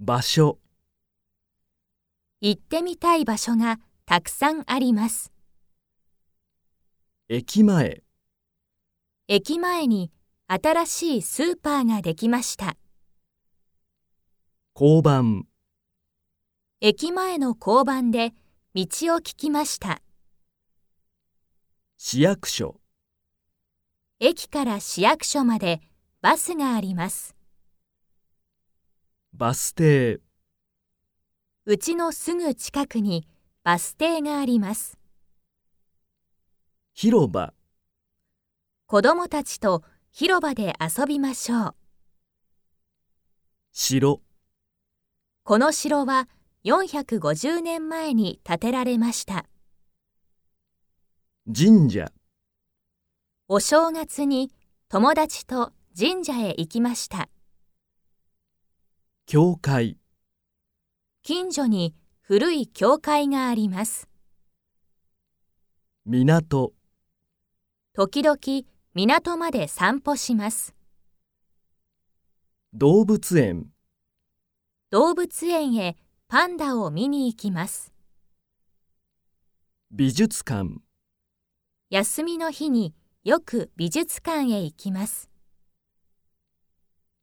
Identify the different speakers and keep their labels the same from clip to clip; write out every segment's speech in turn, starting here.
Speaker 1: 場所、
Speaker 2: 行ってみたい場所がたくさんあります。
Speaker 1: 駅前、
Speaker 2: 駅前に新しいスーパーができました。
Speaker 1: 交番、
Speaker 2: 駅前の交番で道を聞きました。
Speaker 1: 市役所、
Speaker 2: 駅から市役所までバスがあります。
Speaker 1: バス停、
Speaker 2: うちのすぐ近くにバス停があります。
Speaker 1: 広場、
Speaker 2: 子供たちと広場で遊びましょう。
Speaker 1: 城、
Speaker 2: この城は450年前に建てられました。
Speaker 1: 神社、
Speaker 2: お正月に友達と神社へ行きました。
Speaker 1: 教会、
Speaker 2: 近所に古い教会があります。
Speaker 1: 港、
Speaker 2: 時々港まで散歩します。
Speaker 1: 動物園、
Speaker 2: 動物園へパンダを見に行きます。
Speaker 1: 美術館、
Speaker 2: 休みの日によく美術館へ行きます。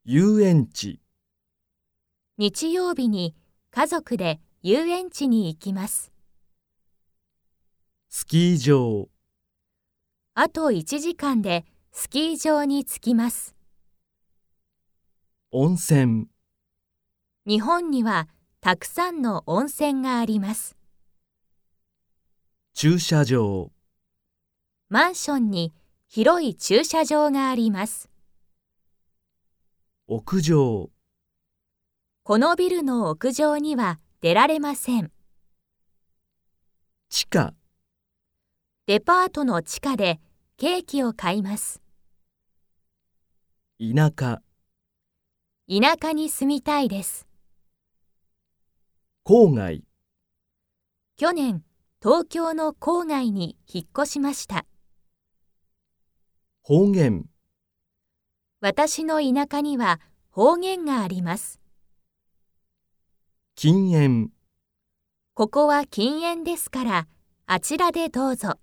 Speaker 1: 遊園地、
Speaker 2: 日曜日に家族で遊園地に行きます。
Speaker 1: スキー場、
Speaker 2: あと1時間でスキー場に着きます。
Speaker 1: 温泉、
Speaker 2: 日本にはたくさんの温泉があります。
Speaker 1: 駐車場、
Speaker 2: マンションに広い駐車場があります。
Speaker 1: 屋上、
Speaker 2: このビルの屋上には出られません。
Speaker 1: 地下、
Speaker 2: デパートの地下でケーキを買います。
Speaker 1: 田舎、
Speaker 2: 田舎に住みたいです。
Speaker 1: 郊外、
Speaker 2: 去年、東京の郊外に引っ越しました。
Speaker 1: 方言、
Speaker 2: 私の田舎には方言があります。
Speaker 1: 禁煙、
Speaker 2: ここは禁煙ですから、あちらでどうぞ。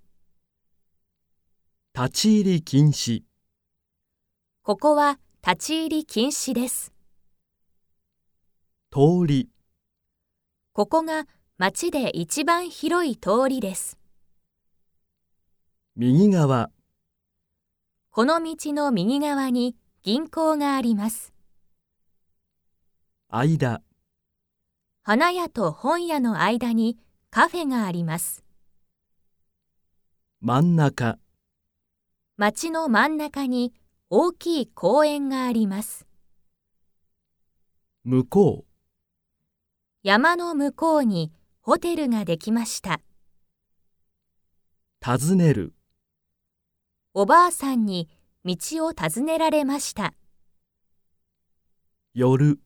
Speaker 1: 立ち入り禁止、
Speaker 2: ここは立ち入り禁止です。
Speaker 1: 通り、
Speaker 2: ここが町で一番広い通りです。
Speaker 1: 右側、
Speaker 2: この道の右側に銀行があります。
Speaker 1: 間、
Speaker 2: 花屋と本屋の間にカフェがあります。
Speaker 1: 真ん中、
Speaker 2: 町の真ん中に大きい公園があります。
Speaker 1: 向こう、
Speaker 2: 山の向こうにホテルができました。
Speaker 1: 尋ねる、
Speaker 2: おばあさんに道を尋ねられました。
Speaker 1: 夜、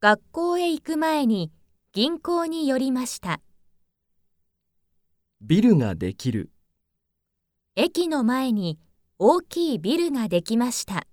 Speaker 2: 学校へ行く前に銀行に寄りました。
Speaker 1: ビルができる。
Speaker 2: 駅の前に大きいビルができました。